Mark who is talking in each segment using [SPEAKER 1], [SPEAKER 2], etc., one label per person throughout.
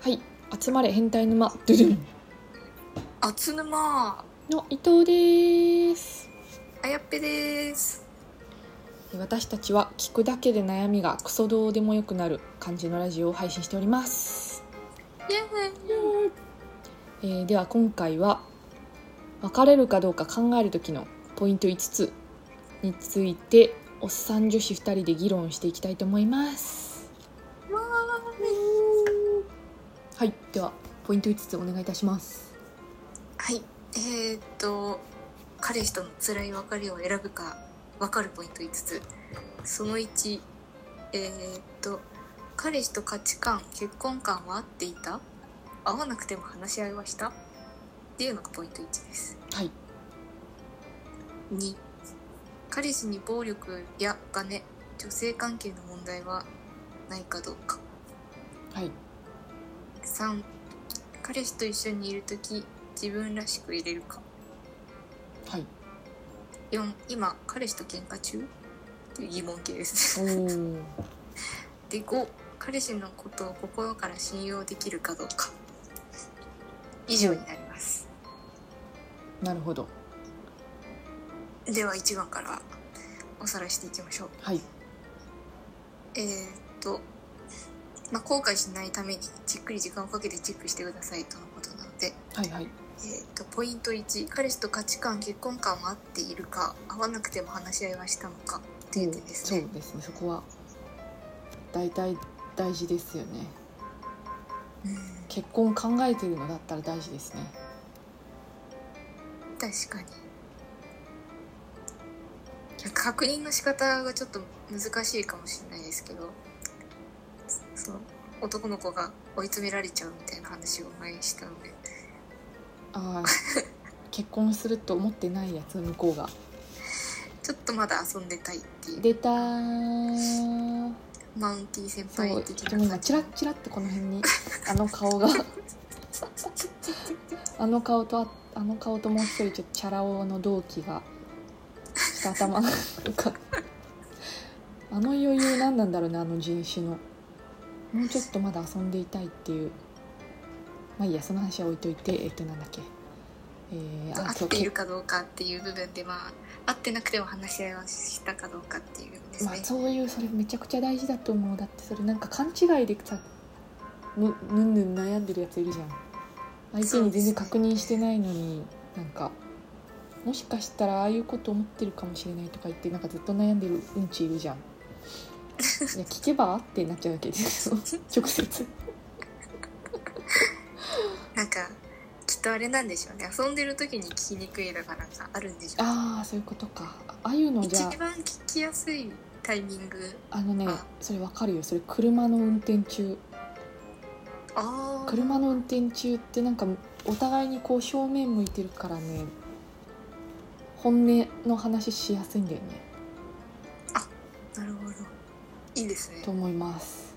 [SPEAKER 1] はい集まれ変態沼ドゥドゥン
[SPEAKER 2] あつぬま
[SPEAKER 1] の伊藤です
[SPEAKER 2] あやっぺです
[SPEAKER 1] 私たちは聞くだけで悩みがクソどうでもよくなる感じのラジオを配信しております、
[SPEAKER 2] イエーイ
[SPEAKER 1] えーでは今回は別れるかどうか考える時のポイント5つについておっさん女子2人で議論していきたいと思います
[SPEAKER 2] わ
[SPEAKER 1] はいではポイント5つお願いいたします
[SPEAKER 2] ーいはいえー、っと彼氏との辛い別れを選ぶか分かるポイント5つその1えー、っと彼氏と価値観結婚観は合っていた合わなくても話し合いはしたっていうのがポイント1です
[SPEAKER 1] はい
[SPEAKER 2] 2彼氏に暴力やお金女性関係の問題はないかどうか
[SPEAKER 1] はい
[SPEAKER 2] 3彼氏と一緒にいる時自分らしくいれるか
[SPEAKER 1] はい
[SPEAKER 2] 4今彼氏と喧嘩中っていう疑問形で
[SPEAKER 1] お
[SPEAKER 2] す
[SPEAKER 1] ー
[SPEAKER 2] で5彼氏のことを心から信用できるかどうか以上になります
[SPEAKER 1] なるほど
[SPEAKER 2] では1番からおさらいしていきましょう
[SPEAKER 1] はい
[SPEAKER 2] えー、っと、まあ、後悔しないためにじっくり時間をかけてチェックしてくださいとのことなので
[SPEAKER 1] はいはい
[SPEAKER 2] えー、とポイント1彼氏と価値観結婚観は合っているか合わなくても話し合いはしたのかっていう点ですね
[SPEAKER 1] そうですねそこは大体大事ですよね
[SPEAKER 2] うん
[SPEAKER 1] 結婚考えてるのだったら大事ですね
[SPEAKER 2] 確かに確認の仕方がちょっと難しいかもしれないですけどその男の子が追い詰められちゃうみたいな話を前にしたので
[SPEAKER 1] ああ 結婚すると思ってないやつ向こうが
[SPEAKER 2] ちょっとまだ遊んでたいっていう
[SPEAKER 1] 出たー
[SPEAKER 2] マウンティー先
[SPEAKER 1] そ
[SPEAKER 2] 輩
[SPEAKER 1] う
[SPEAKER 2] 的
[SPEAKER 1] でも
[SPEAKER 2] な
[SPEAKER 1] 今
[SPEAKER 2] 感
[SPEAKER 1] チ
[SPEAKER 2] じ
[SPEAKER 1] ラッチラってこの辺にあの顔があの顔とああの顔ともう一人ちょっとチャラ男の同期がちょっと頭が浮かん あの余裕何なんだろうねあの人種のもうちょっとまだ遊んでいたいっていうまあいいやその話は置いといてえっとなんだっけえー、あ
[SPEAKER 2] 合
[SPEAKER 1] そう
[SPEAKER 2] っているかどうかっていう部分でまあ合ってなくても話し合いはしたかどうかっていう部分ですね
[SPEAKER 1] まあ、そういうそれめちゃくちゃ大事だと思うだってそれなんか勘違いでさぬぬんぬん悩んでるやついるじゃん相手に全然確認してないのに、なんかもしかしたらああいうこと思ってるかもしれないとか言ってなんかずっと悩んでるうんちいる じゃんいや聞けばってなっちゃうわけです よ直接
[SPEAKER 2] なんかきっとあれなんでしょうね遊んでる時に聞きにくいのがなんかあるんでしょう
[SPEAKER 1] ああそういうことかあああいうのじゃ
[SPEAKER 2] 一番聞きやすいタイミング
[SPEAKER 1] ああのね
[SPEAKER 2] あ
[SPEAKER 1] それわかるよそれ車の運転中
[SPEAKER 2] ああ
[SPEAKER 1] 車の運転中ってなんかお互いにこう正面向いてるからね本音の話しやすいんだよね
[SPEAKER 2] なるほどいいですね
[SPEAKER 1] と思います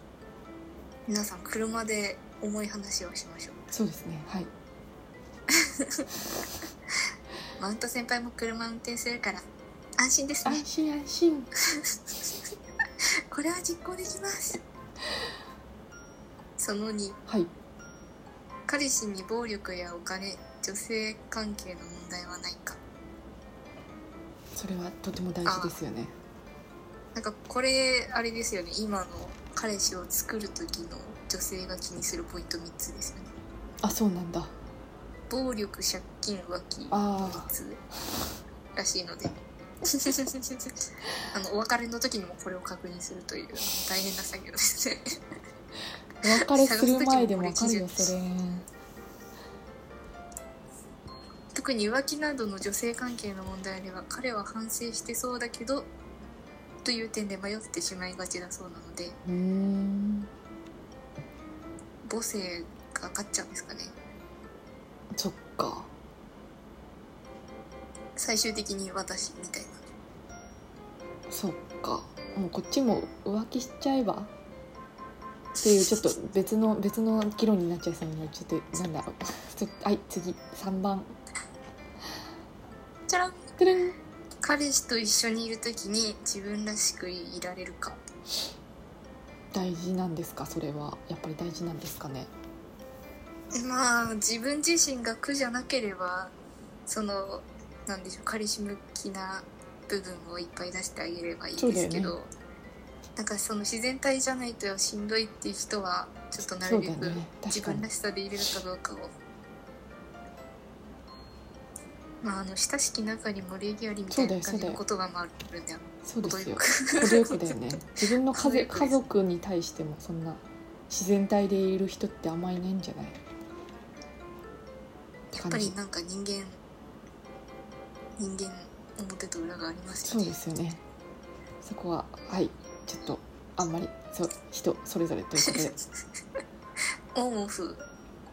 [SPEAKER 2] 皆さん車で重い話をしましょう
[SPEAKER 1] そうですねはい
[SPEAKER 2] マウント先輩も車運転するから安心ですね
[SPEAKER 1] 安心安心
[SPEAKER 2] これは実行で きますその2
[SPEAKER 1] はい
[SPEAKER 2] 彼氏に暴力やお金女性関係の問題はないか
[SPEAKER 1] それはとても大事ですよね
[SPEAKER 2] なんかこれあれですよね今の彼氏を作る時の女性が気にするポイント3つですよね
[SPEAKER 1] あそうなんだ
[SPEAKER 2] 暴力借金浮気
[SPEAKER 1] あー
[SPEAKER 2] 孤立らしいので あのお別れの時にもこれを確認するという大変な作業ですね
[SPEAKER 1] お別れする前でもわかるよそれ
[SPEAKER 2] 特に浮気などの女性関係の問題では彼は反省してそうだけどという点で迷ってしまいがちだそうなので
[SPEAKER 1] うーん
[SPEAKER 2] 母性が勝っちゃうんですかね
[SPEAKER 1] そっか
[SPEAKER 2] 最終的に私みたいな
[SPEAKER 1] そっかもうこっちも浮気しちゃえばっていうちょっと別の別の議論になっちゃいそうになるちょっとなんだろう ちょっとはい次3番
[SPEAKER 2] じゃらん
[SPEAKER 1] てるん
[SPEAKER 2] 彼氏と一緒にいる時に自分らしくいられるか
[SPEAKER 1] 大事なんですかそれはやっぱり大事なんですかね
[SPEAKER 2] まあ自分自身が苦じゃなければそのなんでしょう彼氏向きな部分をいっぱい出してあげればいい
[SPEAKER 1] そう
[SPEAKER 2] で
[SPEAKER 1] だよ
[SPEAKER 2] す
[SPEAKER 1] ね
[SPEAKER 2] けど、なんかその自然体じゃないとしんどいっていう人はちょっとなるべ
[SPEAKER 1] そうだ
[SPEAKER 2] く
[SPEAKER 1] よね確
[SPEAKER 2] 自
[SPEAKER 1] かに
[SPEAKER 2] 分らしさでいれるかどうかを。まあ、あの親しき中にも礼儀ありみたいな
[SPEAKER 1] そ
[SPEAKER 2] 感
[SPEAKER 1] うだ
[SPEAKER 2] じ
[SPEAKER 1] よ
[SPEAKER 2] の言葉もあるんで
[SPEAKER 1] そうですよ程
[SPEAKER 2] 程
[SPEAKER 1] よくだよ ね自分の家
[SPEAKER 2] 程
[SPEAKER 1] 家
[SPEAKER 2] よくです
[SPEAKER 1] 族に対してもそんな自然体でいる人ってあんまりいないんじゃない
[SPEAKER 2] やっぱりなんか人間人間表と裏があります
[SPEAKER 1] そ
[SPEAKER 2] よ
[SPEAKER 1] う
[SPEAKER 2] ね
[SPEAKER 1] ですよねそこははいちょっとあんまりそう人それぞれということ で
[SPEAKER 2] オンオフ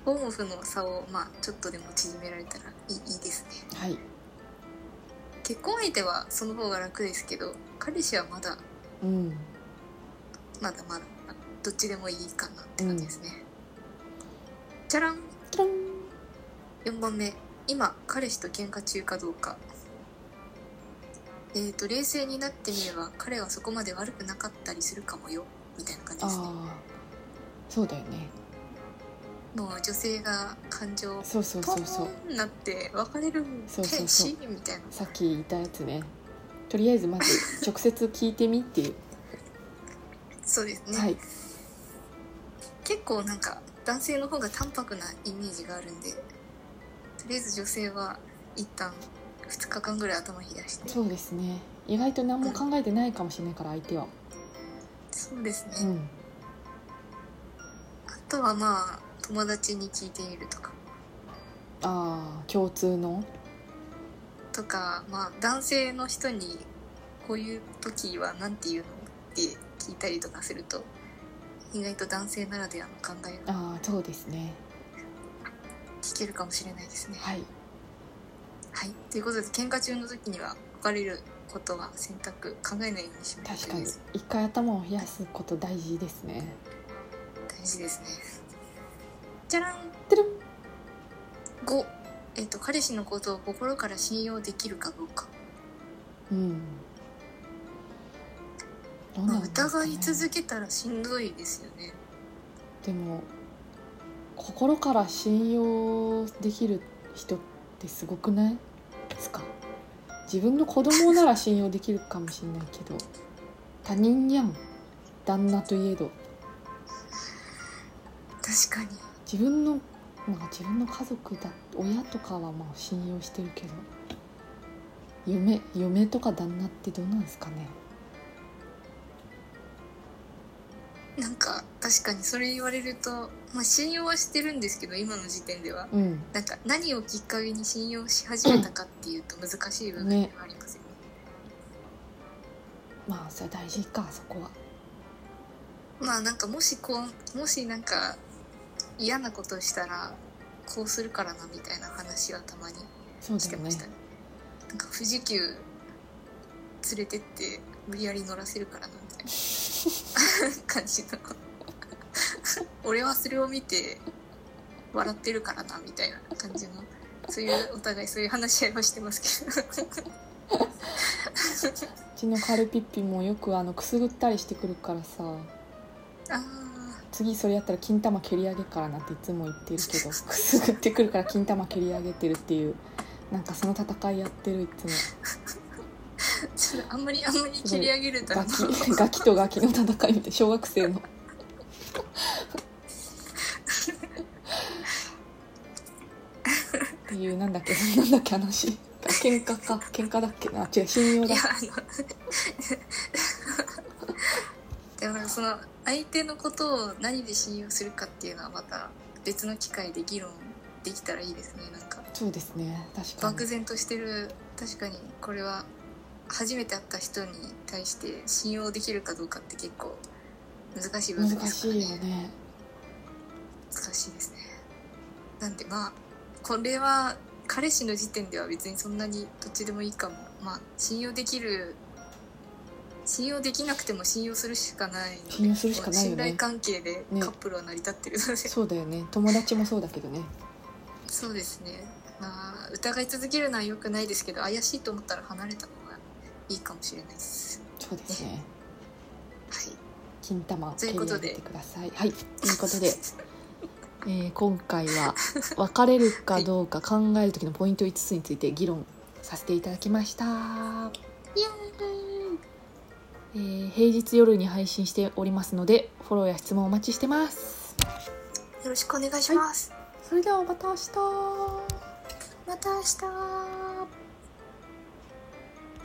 [SPEAKER 2] オンオフの差をまあちょっとでも縮められたらいいいいですね
[SPEAKER 1] はい
[SPEAKER 2] 結婚相手はその方が楽ですけど彼氏はまだ
[SPEAKER 1] うん
[SPEAKER 2] まだまだどっちでもいいかなって感じですね、じゃらん
[SPEAKER 1] キラン
[SPEAKER 2] 4番目今彼氏と喧嘩中かどうかえー、と冷静になってみれば彼はそこまで悪くなかったりするかもよみたいな感じですね
[SPEAKER 1] ああそうだよね
[SPEAKER 2] もう女性が感情を
[SPEAKER 1] そうそう
[SPEAKER 2] ポ
[SPEAKER 1] そうそう
[SPEAKER 2] ーンなって別れるん
[SPEAKER 1] そうそう
[SPEAKER 2] 天
[SPEAKER 1] そう
[SPEAKER 2] 使みたいな
[SPEAKER 1] さっき言ったやつねとりあえずまず直接聞いてみっていう
[SPEAKER 2] そうですね、
[SPEAKER 1] はい
[SPEAKER 2] 結構なんか男性の方が淡白なイメージがあるんでとりあえず女性は一旦2日間ぐらい頭冷やして
[SPEAKER 1] そうですね意外と何も考えてないかもしれないから相手は
[SPEAKER 2] そうですね、
[SPEAKER 1] うん
[SPEAKER 2] あとはまあ友達に聞いてみるとか
[SPEAKER 1] ああ共通の
[SPEAKER 2] とかまあ男性の人にこういう時は何て言うのって聞いたりとかすると意外と男性ならではの考えが
[SPEAKER 1] ああそうですね
[SPEAKER 2] 聞けるかもしれないですね。
[SPEAKER 1] はい
[SPEAKER 2] はい、ということで喧嘩中の時には別れることは選択考えないようにしまし
[SPEAKER 1] 確
[SPEAKER 2] ょ
[SPEAKER 1] か
[SPEAKER 2] う
[SPEAKER 1] に一回頭を冷やすこと大事ですね
[SPEAKER 2] 大事ですねじゃらん
[SPEAKER 1] てるん
[SPEAKER 2] 5、えっと彼氏のことを心から信用できるかどうか、
[SPEAKER 1] うんどう
[SPEAKER 2] まあ、
[SPEAKER 1] なんですか
[SPEAKER 2] 疑
[SPEAKER 1] ね
[SPEAKER 2] い続けたらしんどいですよね
[SPEAKER 1] でも心から信用できる人ってすごくないですか自分の子供なら信用できるかもしれないけど他人やん旦那といえど
[SPEAKER 2] 確かに
[SPEAKER 1] 自分のまあ自分の家族だ親とかはまあ信用してるけど嫁嫁とか旦那ってどうなんですかね
[SPEAKER 2] なんか確かにそれ言われると、まあ、信用はしてるんですけど今の時点では
[SPEAKER 1] うん
[SPEAKER 2] なんか何をきっかけに信用し始めたかっていうと難しい部分ではありますよね
[SPEAKER 1] まあそれは大事かそこは
[SPEAKER 2] まあなんかもしこうもしなんか嫌なことしたらこうするからなみたいな話はたまに
[SPEAKER 1] そう
[SPEAKER 2] し
[SPEAKER 1] だ
[SPEAKER 2] て
[SPEAKER 1] よ
[SPEAKER 2] ま
[SPEAKER 1] ね
[SPEAKER 2] したねなんか富士急連れてって無理やり乗らせるからなみたい な感じの俺はそれを見て笑ってるからなみたいな感じのそういうお互いそういう話し合いはしてますけ ど
[SPEAKER 1] うちのカルピッピもよくあのくすぐったりしてくるからさ
[SPEAKER 2] ああ
[SPEAKER 1] 次それやったら金玉蹴り上げっからなっていつも言ってるけど くすぐってくるから金玉蹴り上げてるっていうなんかその戦いやってるいつも
[SPEAKER 2] ちょっとあんまりあんまり切り上げると
[SPEAKER 1] ガ
[SPEAKER 2] あ の
[SPEAKER 1] キガキとガキの戦いみたいな小学 生のっていうなんだっけなんだっけ話喧嘩か喧嘩だっけな違う信用
[SPEAKER 2] い
[SPEAKER 1] だ
[SPEAKER 2] や あのでもその相手のことを何で信用するかっていうのはまた別の機会で議論できたらいいですねなんか
[SPEAKER 1] そうですね確か
[SPEAKER 2] 漠
[SPEAKER 1] に
[SPEAKER 2] 然としてる確かにこれは初めて会った人に対して信用できるかどうかって結構難しい部分で
[SPEAKER 1] 難
[SPEAKER 2] すか
[SPEAKER 1] し
[SPEAKER 2] らね
[SPEAKER 1] いよね
[SPEAKER 2] 難しいですねなんでまあこれは彼氏の時点では別にそんなにどっちでもいいかもまあ信用できる信用できなくても信用するしかないので
[SPEAKER 1] 信用するしかないよ
[SPEAKER 2] 信頼
[SPEAKER 1] ね
[SPEAKER 2] 関係で
[SPEAKER 1] ね
[SPEAKER 2] カップルは成り立ってるので、
[SPEAKER 1] そうだよね友達もそうだけどね
[SPEAKER 2] そうですねまあ疑い続けるのは良くないですけど怪しいと思ったら離れた方がいいかもしれないです
[SPEAKER 1] そうですね
[SPEAKER 2] はい
[SPEAKER 1] 金玉を
[SPEAKER 2] と
[SPEAKER 1] 蹴
[SPEAKER 2] い
[SPEAKER 1] り
[SPEAKER 2] うこ
[SPEAKER 1] 上
[SPEAKER 2] と
[SPEAKER 1] げ
[SPEAKER 2] で
[SPEAKER 1] てくださいはいということでえー今回は別れるかどうか考える時のポイント5つについて議論させていただきました、
[SPEAKER 2] イエー
[SPEAKER 1] え
[SPEAKER 2] イ
[SPEAKER 1] ー平日夜に配信しておりますのでフォローや質問お待ちしてます
[SPEAKER 2] よろしくお願いします、
[SPEAKER 1] それではまた明日
[SPEAKER 2] また明日